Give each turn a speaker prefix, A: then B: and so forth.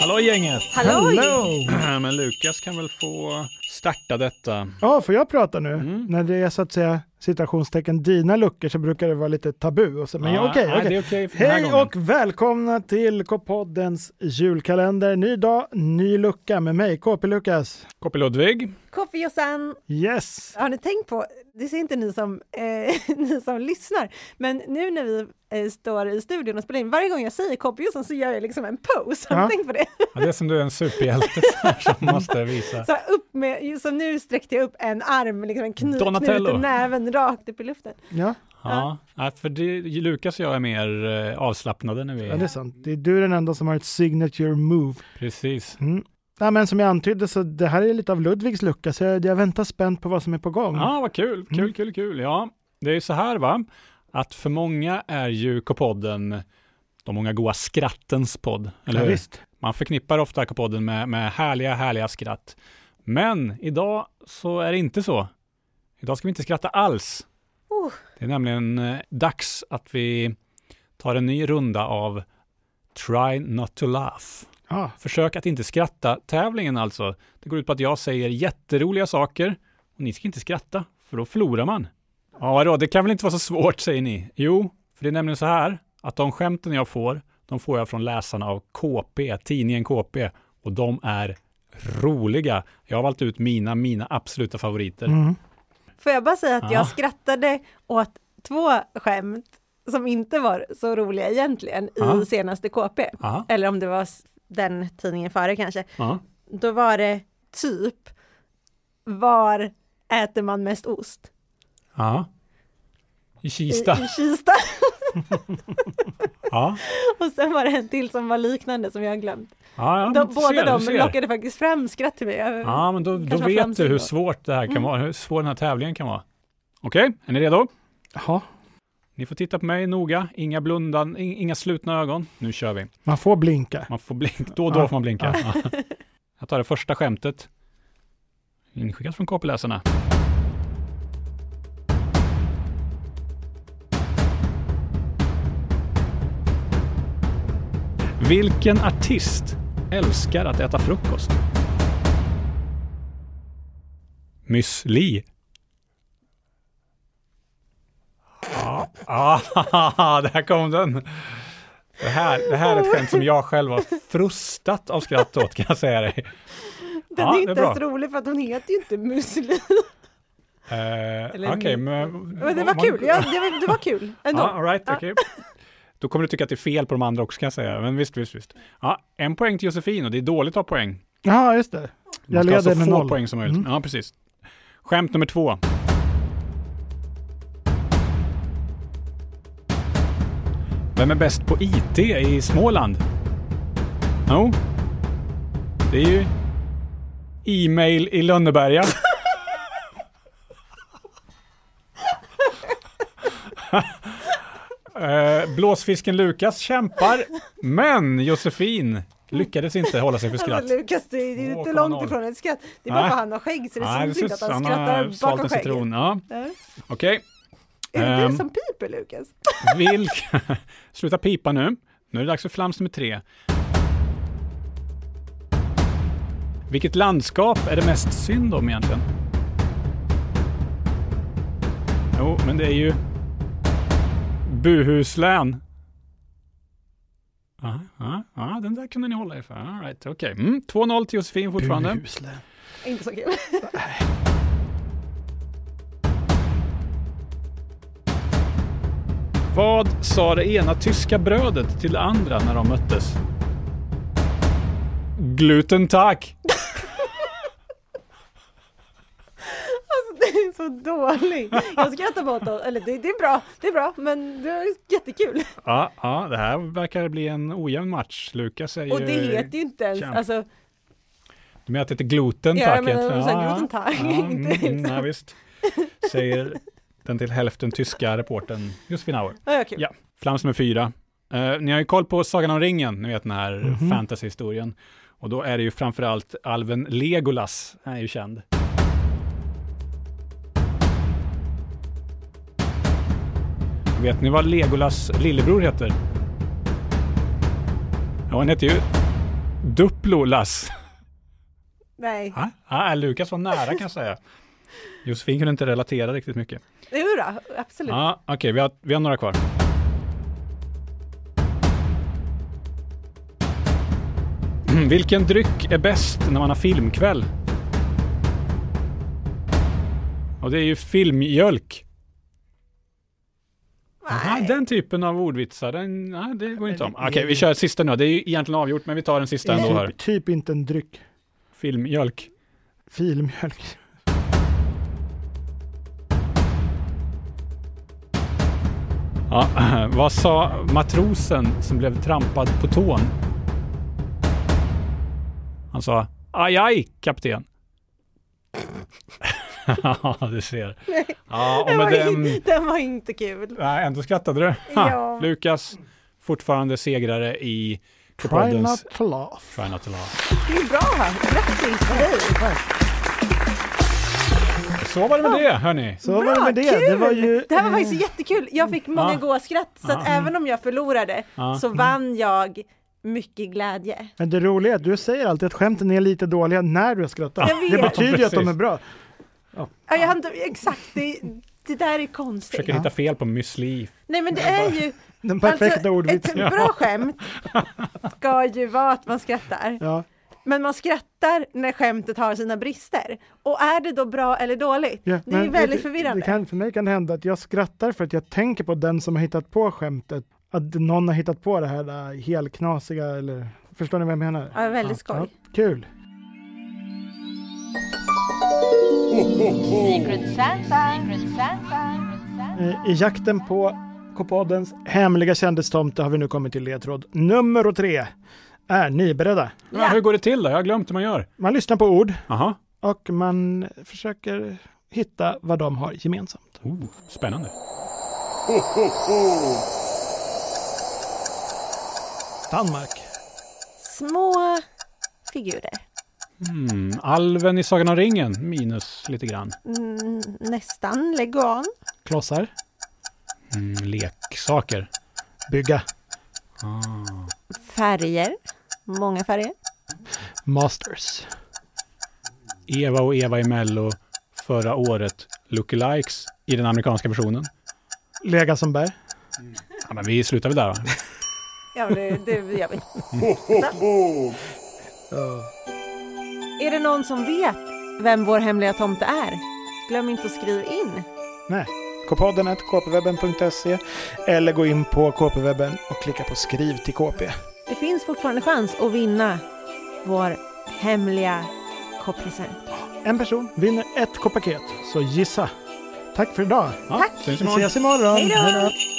A: Hallå gänget!
B: Hallå!
A: Men Lukas kan väl få starta detta.
C: Ja, får jag prata nu?
A: Mm.
C: När det är så att säga citationstecken dina luckor så brukar det vara lite tabu. Och så, men ja, okej,
A: nej,
C: okej.
A: det är okej för den här
C: Hej
A: gången.
C: och välkomna till K-poddens julkalender. Ny dag, ny lucka med mig, KP Lukas.
A: KP Ludvig.
B: Kofi Jossan,
C: Yes!
B: har ni tänkt på, det ser inte ni som, eh, ni som lyssnar, men nu när vi eh, står i studion och spelar in, varje gång jag säger Kofi Jossan så gör jag liksom en pose, har
C: Ja.
B: ni tänkt på det?
D: Ja, det är som du är en superhjälte så här, som
A: Mm.
D: måste visa.
B: Så, här upp med, så nu sträckte jag upp en arm, liksom en kny,
A: Donatello.
B: knuten näven rakt upp i luften.
C: Ja,
A: Ja, ja, för det, Lukas och jag är mer eh, avslappnade när vi
C: ja, det är sant. Det är du den enda som har ett signature move.
A: Precis.
C: Mm. Ja, men som jag antydde så det här är lite av Ludvigs lucka, så jag, jag väntar spänt på vad som är på gång.
A: Ja, vad kul, kul,
C: Mm.
A: kul, kul. Ja, det är ju så här va, att för många är ju K-podden de många goa skrattens podd, eller
C: Ja,
A: hur?
C: visst.
A: Man förknippar ofta K-podden med, med härliga, härliga skratt. Men idag så är det inte så. Idag ska vi inte skratta alls.
B: Oh.
A: Det är nämligen eh, dags att vi tar en ny runda av Try Not To Laugh.
C: Ja.
A: Försök att inte skratta-tävlingen alltså. Det går ut på att jag säger jätteroliga saker och ni ska inte skratta, för då förlorar man. Ja, vadå, det kan väl inte vara så svårt, säger ni. Jo, för det är nämligen så här att de skämten jag får, de får jag från läsarna av KP, tidningen KP, och de är roliga. Jag har valt ut mina, mina absoluta favoriter.
C: Mm.
B: Får jag bara säga att
A: Ja.
B: jag skrattade åt två skämt som inte var så roliga egentligen
A: Ja.
B: i senaste KP,
A: Aha,
B: eller om det var s- den tidningen före kanske.
A: ja.
B: då var det typ var äter man mest ost?
A: Ja. I
B: I,
A: Kista.
B: I Kista.
A: Ja,
B: Och sen var det en till som var liknande som jag har glömt.
A: ja, ja
B: De,
A: du
B: båda
A: ser,
B: de
A: du ser.
B: lockade faktiskt fram skratt till mig. Jag,
A: Ja, men då,
B: Kanske
A: då
B: var
A: vet du
B: framsynt
A: hur
B: då.
A: svårt det här kan
B: Mm.
A: vara, hur svår den här tävlingen kan vara. Okej, är ni redo?
C: Jaha.
A: Ni får titta på mig noga, inga blundan, in- inga slutna ögon. Nu kör vi.
C: Man får blinka.
A: Man får blinka, då och då
C: Ja.
A: får man blinka. Ja. Jag tar det första skämtet. Inskickat från KP-läsarna. Vilken artist älskar att äta frukost? Miss Li. Ah, ah, där kom den. Det här, det här är ett skämt som jag själv har frustat av skratt åt, kan jag säga dig.
B: den
A: ja,
B: är
A: det är
B: inte
A: bra.
B: ens rolig för att hon heter ju inte Musli.
A: Eh,
B: Eller
A: Okej, men...
B: Men det var kul, ja, det, var, det var kul ändå.
A: Ja, all right, okej. Då kommer du tycka att det är fel på de andra också kan jag säga, men visst, visst, visst. Ja, en poäng till Josefin och det är dåligt att ha poäng.
C: Ja, just det.
A: Man
C: Jag
A: ska ha så
C: leder med
A: få
C: noll. Mm.
A: poäng som möjligt. Ja, precis. Skämt nummer två. Vem är bäst på IT i Småland? Jo, det är ju e-mail i Lönneberga. Eh, Blåsfisken Lukas kämpar, men Josefin lyckades inte hålla sig för skratt.
B: Alltså Lukas, det är, det är inte
A: 2,0.
B: långt ifrån ett skratt. Det är bara
A: Nej.
B: för att han har skägg så det
A: Nej,
B: syns inte att
A: syns.
B: han
A: har
B: skrattar
A: svalt
B: bakom
A: en
B: skägget.
A: citron. Ja,
B: Ja.
A: okej.
B: Är det
A: Ehm.
B: du som piper Lukas?
A: Vilka... Sluta pipa nu. Nu är det dags för flams nummer tre. Vilket landskap är det mest synd om egentligen? Jo, men det är ju Buhuslän. Ja, ja, ja, den där kunde ni hålla er för. All right, okej. Mm, 2-0 till Josefin fortfarande.
C: Buslän.
B: Inte så kul.
A: Vad sa det ena tyska brödet till det andra när de möttes? Gluten tack!
B: Alltså det är så dålig. Jag skrattar bara åt dem. Eller det, det är bra, det är bra, men det är jättekul.
A: Ja, ja, det här verkar bli en ojämn match. Lukas är ju...
B: Och det heter ju inte ens,
A: Kämp.
B: alltså,
A: Du menar att det heter gluten
B: Ja,
A: tack?
B: jag menar,
A: egentligen?
B: de sa gluten tack, inte
A: mm,
B: liksom.
A: mm, nej, visst. Säger den till hälften tyska reportern Josefin Auer.
B: ja, ja, kul.
A: Ja, flams med fyra. Eh, ni har ju koll på Sagan om ringen, ni vet den här fantasyhistorien. Och då är det ju framförallt alven Legolas, han är ju känd. Vet ni vad Legolas lillebror heter? Ja, han heter ju Dupp. Plolas.
B: Nej.
A: Ah, ah, Lukas var nära kan jag säga. Josefin kunde inte relatera riktigt mycket.
B: Jo då, absolut.
A: Ja, ah, Okej, vi, har, vi har några kvar. Vilken dryck är bäst när man har filmkväll? Och det är ju filmjölk. Nej, den typen av ordvitsar, den, nej, det går inte om. Okej, vi kör sista nu. Det är ju egentligen avgjort, men vi tar den sista ändå här.
C: Typ, typ inte en dryck.
A: Filmjölk.
C: Filmjölk.
A: Ja, vad sa matrosen som blev trampad på tån? Han sa aj, aj, kapten. ja, du ser.
B: Nej.
A: Ja, och
B: Den, var
A: med
B: in,
A: den...
B: den var inte kul.
A: Nej, ändå skrattade du.
B: Ja.
A: Lukas, fortfarande segrare i
C: Try
A: Kopoddens
C: not to laugh.
A: Try Not To Laugh.
B: Det är bra. Grattis till dig.
A: Så var det med det, hörni.
C: Så var det med det.
B: kul!
C: Det var ju...
B: det här var faktiskt jättekul. Jag fick många
A: Ja.
B: gåskratt, så att
A: Ja.
B: även om jag förlorade
A: Ja.
B: så vann jag mycket glädje.
C: Men det roliga är att du säger alltid att skämten är lite dåliga när du skrattar.
B: Jag
C: Det
B: vet.
C: betyder ju att de är
A: Precis.
C: bra.
B: Ja, jag hann inte, exakt, det, det där är konstigt.
A: Försöker hitta fel på müsli.
B: Nej men det är ju,
C: Den perfekta
B: Alltså, ett
C: ordvitsen.
B: bra skämt ska ju vara att man skrattar.
C: Ja,
B: Men man skrattar när skämtet har sina brister. Och är det då bra eller dåligt?
C: ja.
B: Det är ju
C: Men
B: väldigt
C: det-
B: förvirrande.
C: Det kan, för mig kan det hända att jag skrattar för att jag tänker på den som har hittat på skämtet. Att någon har hittat på det här där helknasiga eller... Förstår ni vad jag menar?
B: Ja, väldigt skoj.
C: Ja, kul.
E: Secret Santa. Secret Santa.
C: Eh, I jakten på Kopoddens hemliga kändistomte har vi nu kommit till ledtråd nummer tre. Är ni beredda?
A: Ja, hur går det till då? Jag har glömt hur man gör.
C: Man lyssnar på ord
A: Aha.
C: och man försöker hitta vad de har gemensamt.
A: Oh, spännande.
C: Danmark.
B: Små figurer.
A: Mm, alven i Sagan om ringen, minus lite grann.
B: Mm, nästan leguan.
C: Klossar.
A: Mm, leksaker.
C: Bygga.
B: Färger. Många färger.
C: Masters.
A: Eva och Eva i Mello förra året. Lookalikes i den amerikanska versionen.
C: Lega som bär.
A: Ja, men vi slutar väl där va?
B: Ja, men det, det gör vi. Är det någon som vet vem vår hemliga tomte är? Glöm inte att skriva in.
C: Nej. Kpodden är kpwebben.se eller gå in på kpwebben och klicka på skriv till kp.
B: Det finns fortfarande chans att vinna vår hemliga K-present.
C: En person vinner ett K-paket, så gissa. Tack för idag.
A: Ja,
B: Tack.
A: syns
C: Vi
A: imorgon.
C: ses imorgon.
B: Hej då!
C: Hej då.